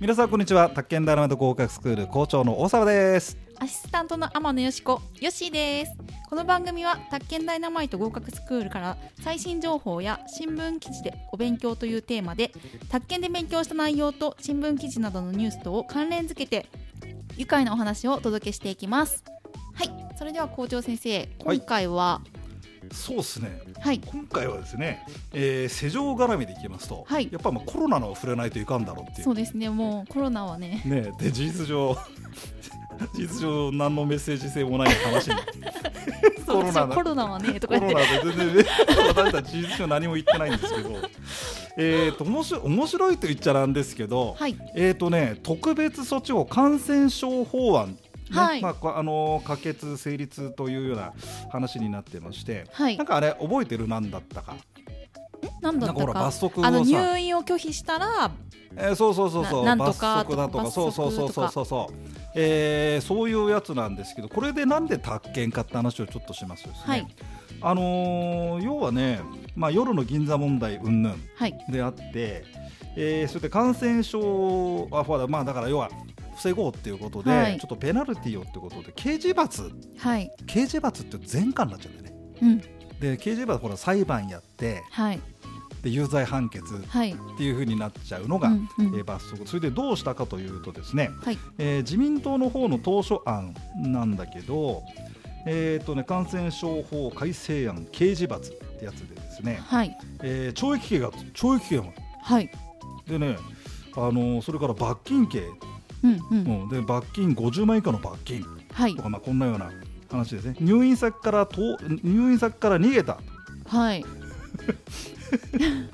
皆さんこんにちは宅建ダイナマイト合格スクール校長の大沢ですアシスタントの天野よしこ、よしーです。この番組は、宅建ダイナマイト合格スクールから最新情報や新聞記事でお勉強というテーマで、宅建で勉強した内容と新聞記事などのニュースとを関連づけて、愉快なお話をお届けしていきます。はい、それでは校長先生、はい今回は、そうですねはい、今回はですね、えー、世情絡みでいきますと、はいやっぱまあコロナの触れないといかんだろうっていうそうですね、もうコロナはね、ねえで事実上 事実上何のメッセージ性もない話に コロナそうコロナはね、とコかロ言ナっでて、全然ね私たち事実上何も言ってないんですけどえーと面白い面白いと言っちゃなんですけど、はい、えーとね、特別措置法感染症法案、ねはいまあこあのー可決、成立というような話になってまして、はいなん、かあれ、覚えてる、なんだったか、なんだなっんかほたら、か罰。則をあさ、の入院を拒否したら、えーそうそうそうそう、ななんとか罰則だとか、罰そ則うそうそうとそうかそうそう、えーそういうやつなんですけど、これでなんで宅建かって話をちょっとしますとですね、はい、あのー要はね、まあ、夜の銀座問題云々はい、であって、えーそれで感染症あほらまあだから要は防ごうっていうことで、はいちょっとペナルティをってことで刑事罰はい、刑事罰って前科になっちゃうんだよねうん、で刑事罰ほら裁判やってはい、で有罪判決っはい。ていうふうになっちゃうのが、うんうんえー罰則それでどうしたかというとですね、はい、えー自民党の方の当初案なんだけど、えーとね、感染症法改正案刑事罰ってやつでですね、はい、えー懲役刑が懲役刑がはい、でね、あのーそれから罰金刑、うん、う、うんん、で罰金50万円以下の罰金はいと、か、まあ、こんなような話ですね入院先からと入院先から逃げた はい。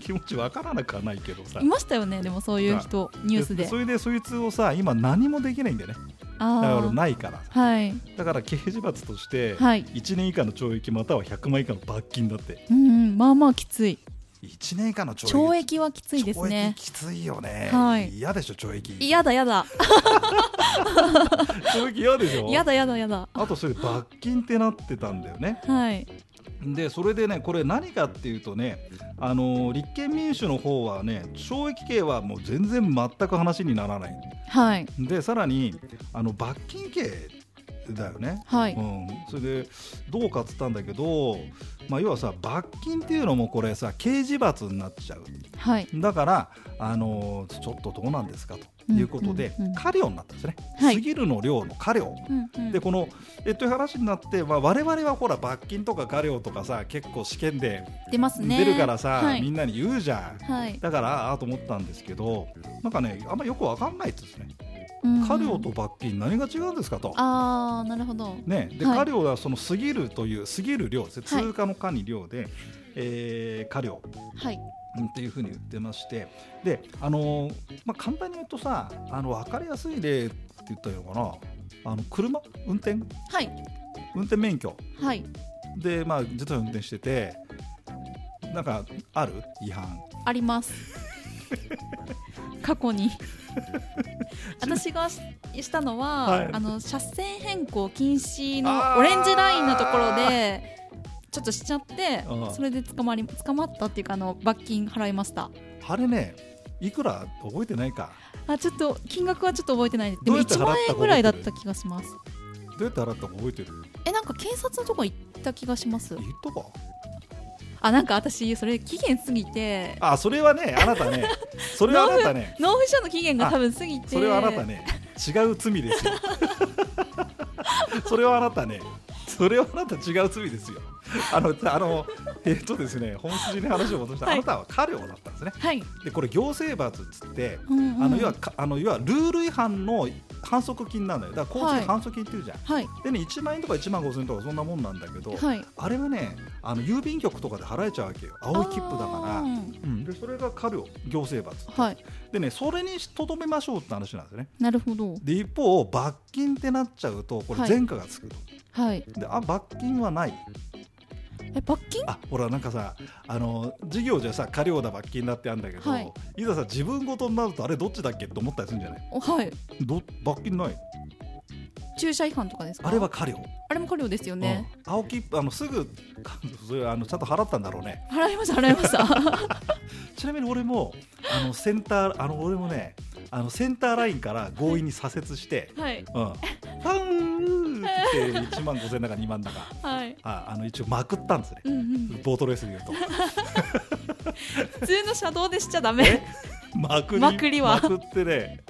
気持ちわからなくはないけどさいましたよね、でもそういう人、ニュースでそ。れでそいつをさ今何もできないんだよねだかあらあ、ないからさはい、だから刑事罰としてはい1年以下の懲役または100万円以下の罰金だってうん、うん、まあまあきつい。 1年以下の懲役懲役はきついですね懲。役きついよね、はい嫌でしょ懲役嫌だ、嫌だ、懲役嫌でしょ嫌だ、嫌だ、嫌だ。あとそれ罰金ってなってたんだよねはい、でそれでねこれ何かっていうとねあのー立憲民主の方はね懲役刑はもう全然全く話にならないはい、でさらにあの罰金刑だよね、はうい、ん、それでどうかっつったんだけど、まあ、要はさ罰金っていうのもこれさ刑事罰になっちゃうはい、だからあのーちょっとどうなんですかということで、うんうんうん過料になったんですね、はい過ぎるの量の過料うん、うんで、このえっという話になって、まあ、我々はほら罰金とか過料とかさ結構試験で出ますね。出るからさ、はみい、んなに言うじゃんはい、だからああと思ったんですけどなんかねあんまよくわかんないですねうんうん過料と。罰金何が違うんですかと。ああ、なるほど。ね、ではい過料はその過ぎるという過ぎる量ですねはい通過の過に量で、えー過料はい、うんっていうふうに言ってましてで、あのーまあ、簡単に言うとさあの分かりやすい例って言ったらいいのかなあの車運転はい、運転免許はい、で、まあ、自動車運転してて、なんかある違反。あ ります。過去に私がししたのは、はいあの車線変更禁止あーのオレンジラインのところでちょっとしちゃってうんそれで捕まり捕まったっていうかあの罰金払いましたあれね、いくら覚えてないか、あちょっと金額はちょっと覚えてないでどうもやって払ったか1万覚えてる円ぐらいだった気がしますどうやって払ったか覚えてるえなんか警察のとこ行った気がします言っとこあなんか私それ期限過 ぎてあ、それはね、あなたね、それはあなたね、納付書の期限が多分過ぎてそれはあなたね、違う罪ですよ。それはあなたね、それはあなた違う罪ですよ。あの、あのえっとですね、本筋に話を戻した、はいあなたは過料だったんですね。はい、で、これ行政罰っつって、うんうんあの要はかあの要はルール違反の反則金なんだよ。だから交は通い反則金っていうじゃん。はいでね1万円とか1万5000円とかそんなもんなんだけど、はいあれはねあの郵便局とかで払えちゃうわけよ青い切符だあかーら、うん、でそれが過料行政罰はいでねそれにとどめましょうって話なんですねなるほどで一方罰金ってなっちゃうとこれはい前科がつくと、はいであ罰金はないえ罰金あほらなんかさあの事業じゃさ過料だ罰金だってあるんだけど、はいい、ざさ自分ごとになるとあれどっちだっけって思ったりするんじゃないおはいど罰金ない駐車違反とかですかあれは過料、あれも過料ですよね、うん、青切符あのすぐそれあのちゃんと払ったんだろうね払いました払いました ちなみに俺もあのセンターあの俺もねあのセンターラインから強引に左折して、はいうん、パンって言って1万5000だか2万だかはいああの一応まくったんですねうんうん、ボートレースで言うと普通の車道でしちゃダメまくり まくりまはくってね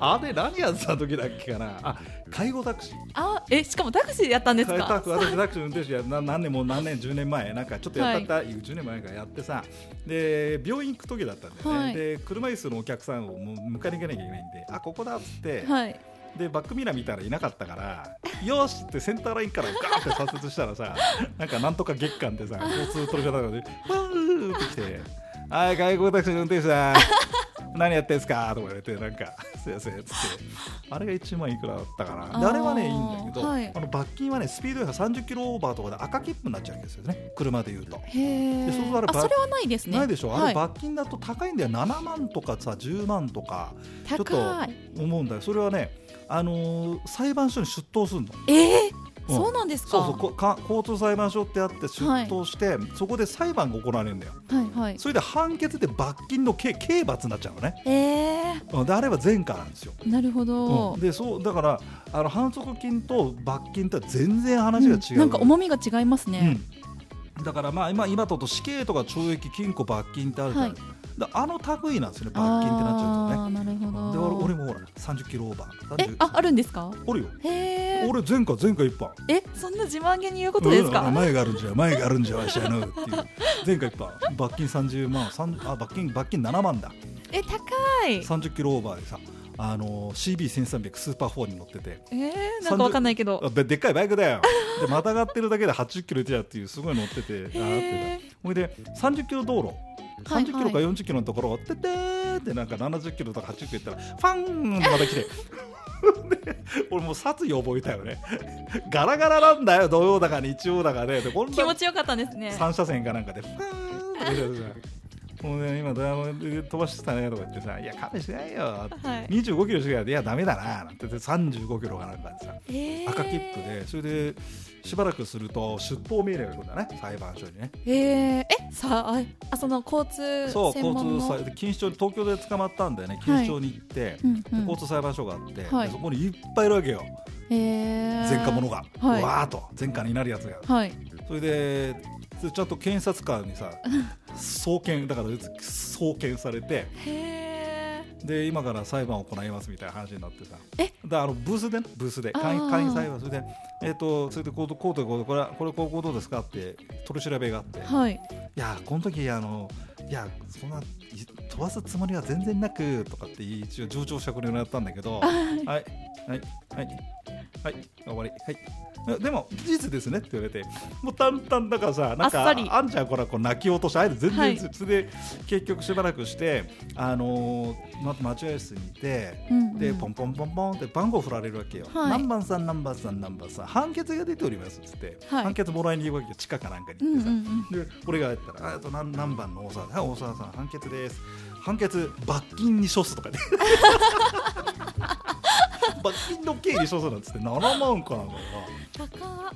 あれ何やってた時だっけかなあ介護タクシーあえしかもタクシーでやったんですタかク私タクシーの運転手やな何年もう何年10年前なんかちょっとやったった、10年前からやってさで病院行く時だったんで、ねはいで車椅子のお客さんをもう迎えに行かなきゃいけないんであここだっつって、はいでバックミラー見たらいなかったから「よし!」ってセンターラインからガーって左折したらさなんかなんとか月間でさ交通取り方がで「わー!」ってきて「はい外国タクシーの運転手さん何やってんすか?」とか言われてなんか「すいません」っつってあれが1万いくらだったかなであーあれはねいいんだけど、はいあの罰金はねスピード違反30キロオーバーとかで赤切符になっちゃうんですよね車でいうと。へえでそうなるあばそれはないですねないでしょあはれい、罰金だと高いんだよ、7万とかさ10万とかょっと高い思うんだよそれはね、あのー裁判所に出頭するの。えーうんそうなんですかそうそうこか交通裁判所ってあって出頭して、そこで裁判が行われるんだよはいはいそれで判決で罰金の刑刑罰になっちゃうのね、えー、うん、であれば前科なんですよ、なるほど、うん、でそうだからあの反則金と罰金とは全然話が違う、うんなんか重みが違いますね、うんだからまあ今今だと死刑とか懲役禁錮罰金ってあるじゃない、はいだあの類なんですよね罰金ってなっちゃうとねあーなるほうんどで俺俺もほら30キロオーバーえ30ああるんですかおるよへえ俺前科前科一般えそんな自慢げに言うことですか、うん前があるんじゃ前があるんじゃわしゃのっていう前回言った罰金30万三あ罰金罰金7万だえ高い30キロオーバーでさあのー CB1300 スーパー4に乗っててえー、なんかわかんないけどあででっかいバイクだよでまたがってるだけで80キロ出ちゃうっていうすごい乗っててあーへってえたほいで30キロ道路はい30キロか40キロのところをててーってなんか70キロとか80キロ行ったらファンってまた来て で俺もう殺意覚えたよねガラガラなんだよ土曜だか日曜だかねでこんな気持ちよかったんですね三車線かなんかで、ふーんって出てるじゃん。もうね、今、ドラムで飛ばしてたねとか言ってさ、いや、勘弁してないよって。はい25キロしかやで、いや、ダメだななんて言って、35キロかなんかでさ、えー赤切符で、それで、しばらくすると、出頭命令が来るんだね、裁判所にね。えー、えさああその交通そう、専交門通の裁、錦糸町に、東京で捕まったんだよね、錦糸町に行って、でうんうん交通裁判所があって、はいでそこにいっぱいいるわけよ、えー、前科者が、はいうわーっと、前科になるやつが。はいそれででちゃんと検察官にさ送検だから送検されてへえで今から裁判を行いますみたいな話になってさえだあのブースでねブースであー会員会員裁判それでえっ、とそれでこうこうとこうとこれはこれこうこうどうですかって取り調べがあって、い、はいやこの時あのいやそんない飛ばすつもりは全然なくとかって一応上長酌量にやったんだけどはいはいはいはい終わりはいでも事実ですねって言われてもう淡々だからさなんあっかさりあんちゃんこれはこう泣き落としあえて全然、はいそれで結局しばらくしてあのー、また待合室にいてうんうんでポンポンポンポンって番号振られるわけよ、はい何番さん何番さん何番さん判決が出ておりますっつって、はい判決もらいに行くわけよ地下かなんかにうん行ってさ、うんうんで俺がやったら「ああと何何番の大沢さんはい大沢さん判決です判決罰金に処す」とかで 罰金の刑に処すなんつって7万かなんか高っ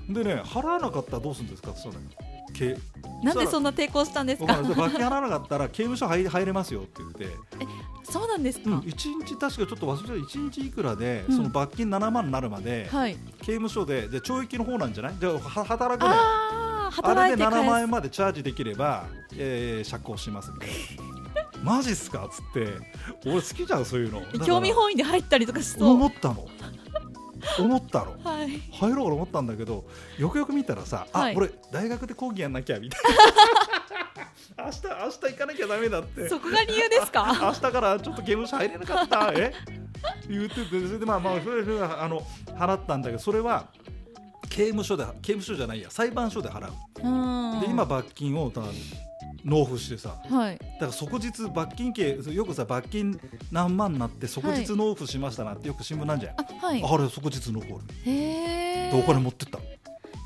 なでね払わなかったらどうするんですかって言ったのよけなんでそんんな抵抗したんですなか罰金払わなかったら刑務所入入れますよって言って、そうなんですうか、ん、1日確かちょっと忘れた1日いくらで、うんその罰金7万になるまで、はい刑務所でで懲役の方なんじゃないじゃあは働くねあああ働れいでて7万返円すまでチャージできれば、えー、釈放しますみた いなマジっすかっつって俺好きじゃんそういうのだから興味本位で入ったりとかしそう思ったの思ったのはい入ろうと思ったんだけどよくよく見たらさ、はいあ俺大学で講義やんなきゃみたい な明日明日行かなきゃダメだってそこが理由ですか明日からちょっと刑務所入れなかったえ言っててそれでまあまあそれそれあの払ったんだけどそれは刑務所で刑務所じゃないや裁判所で払ううんで今罰金をた納付してさはいだから即日罰金刑よくさ罰金何万になって即日納付しましたなってよく新聞なんじゃん、あはいあれ即日納付へえでお金持ってったの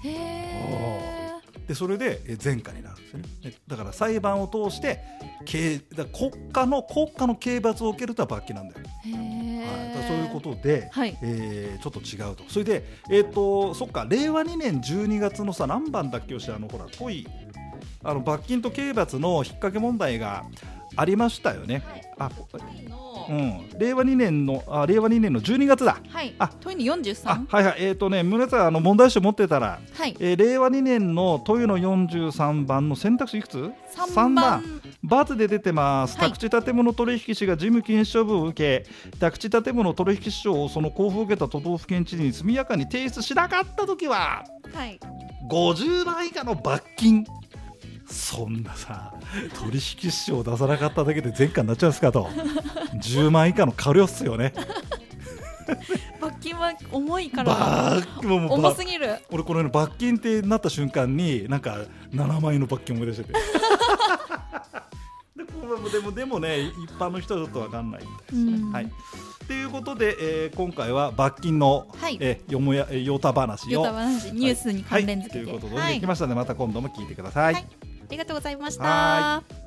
へえでそれでえ前科になるんですよねでだから裁判を通して刑だから国家の国家の刑罰を受けるとは罰金なんだよへえへはい、だーからそういうことで、はいえーちょっと違うとそれで、えっとそっか令和2年12月のさ何番だっけよしあのほらぽいあの罰金と刑罰の引っ掛け問題がありましたよね、あうのん、令和2年のあ令和2年の12月だはいあ問いの四十あ三はいはいえっ、とね村田さんあの問題集持ってたらはいえー令和2年の問いの43番の選択肢いくつ三番バツで出てます、はい宅地建物取引士が事務禁止処分を受け宅地建物取引士証をその交付を受けた都道府県知事に速やかに提出しなかった時ははい50倍以下の罰金そんなさ取引士証を出さなかっただけで前科になっちゃうんですか と10万以下の過料っすよね罰金は重いからバッもうもうバ重すぎる俺この罰金ってなった瞬間になんか7万円の罰金思い出 しててでこうでもでもね一般の人はちょっと分かんないみたいですね。うんはいということで、えー今回は罰金の、はいえーよもやえーよた話ヨをタ話ニュースに関連付けはていはいということで、はでいきましたのでまた今度も聞いてください。はいありがとうございましたは